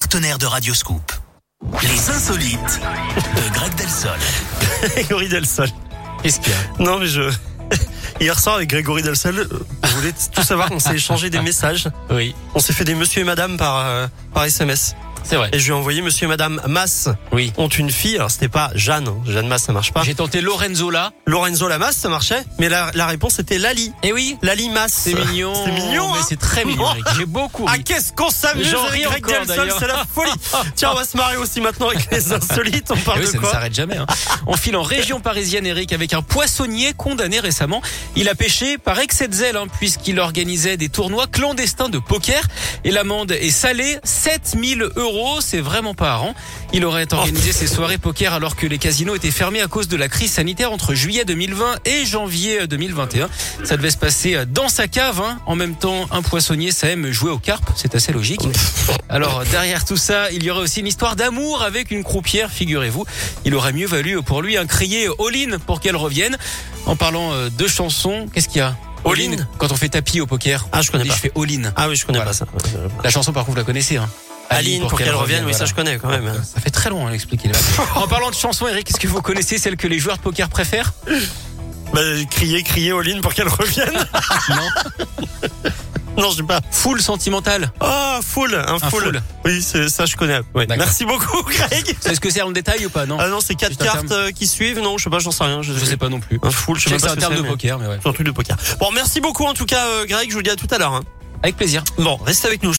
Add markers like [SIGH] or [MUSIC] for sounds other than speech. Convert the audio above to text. partenaire de Radioscoop. Les insolites de Greg Delsol. Grégory Delsol. Qu'est-ce qu'il y a Non, mais je. [LAUGHS] Hier soir, avec Grégory Delsol, euh, vous voulez tout savoir, on s'est échangé des messages. Oui, On s'est fait des monsieur et madame par, euh, par SMS. c'est vrai. Et je lui ai envoyé monsieur et madame Mass Oui. ont une fille. Alors, c'était pas Jeanne. hein. Jeanne Mass, ça marche pas. J'ai tenté Lorenzo là. Lorenzo Lamas, ça marchait. Mais la, la réponse était Lali. Eh oui, Lali Mass. [LAUGHS] c'est mignon. C'est mignon, mais hein c'est très [LAUGHS] mignon. Eric. J'ai beaucoup Ah, ri. qu'est-ce qu'on s'amuse J'en avec ris Greg encore, Delsol, d'ailleurs. c'est la folie. [LAUGHS] Tiens, on va se marier aussi maintenant avec les insolites. On Eh parle oui, de ça ne quoi s'arrête jamais. hein. On file en région parisienne, Eric, avec un poissonnier condamné récemment. Il a pêché par excès de zèle, hein, puisqu'il organisait des tournois clandestins de poker. Et l'amende est salée, 7000 euros, c'est vraiment pas rang. Il aurait organisé ses soirées poker alors que les casinos étaient fermés à cause de la crise sanitaire entre juillet 2020 et janvier 2021. Ça devait se passer dans sa cave. hein. En même temps, un poissonnier, ça aime jouer aux carpes, c'est assez logique. Alors derrière tout ça, il y aurait aussi une histoire d'amour avec une croupière, figurez-vous. Il aurait mieux valu pour lui un crier all-in pour qu'elle revienne. En parlant euh, de chansons, qu'est-ce qu'il y a All in Quand on fait tapis au poker, Ah, je on connais dit pas. je fais all-in. Ah oui, je connais Voilà. pas ça. La chanson par contre, vous la connaissez. Hein Aline, pour qu'elle revienne, oui, ça je connais quand même. hein. ça fait très long hein, à l'expliquer. les mecs. en parlant de chansons, Eric, est-ce que vous connaissez celle que les joueurs de poker préfèrent Bah, crier, crier Oline pour qu'elle [LAUGHS] revienne. Non. non, je sais pas. Full sentimentale. Ah, full, un, Un full. full. Oui, c'est- ça je connais. Ouais. D'accord. Merci beaucoup, Greg. C'est ce que c'est en détail ou pas Non. Ah non, c'est quatre Juste un cartes terme. euh, qui suivent. Non, je sais pas, j'en sais rien. Je sais pas non plus. Un full, je Je sais sais même que c'est pas un ce que terme c'est. de mais poker, mais ouais. C'est un truc de poker. Bon, merci beaucoup en tout cas, euh, Greg. Je vous dis à tout à l'heure. hein. Avec plaisir. Bon, restez avec nous.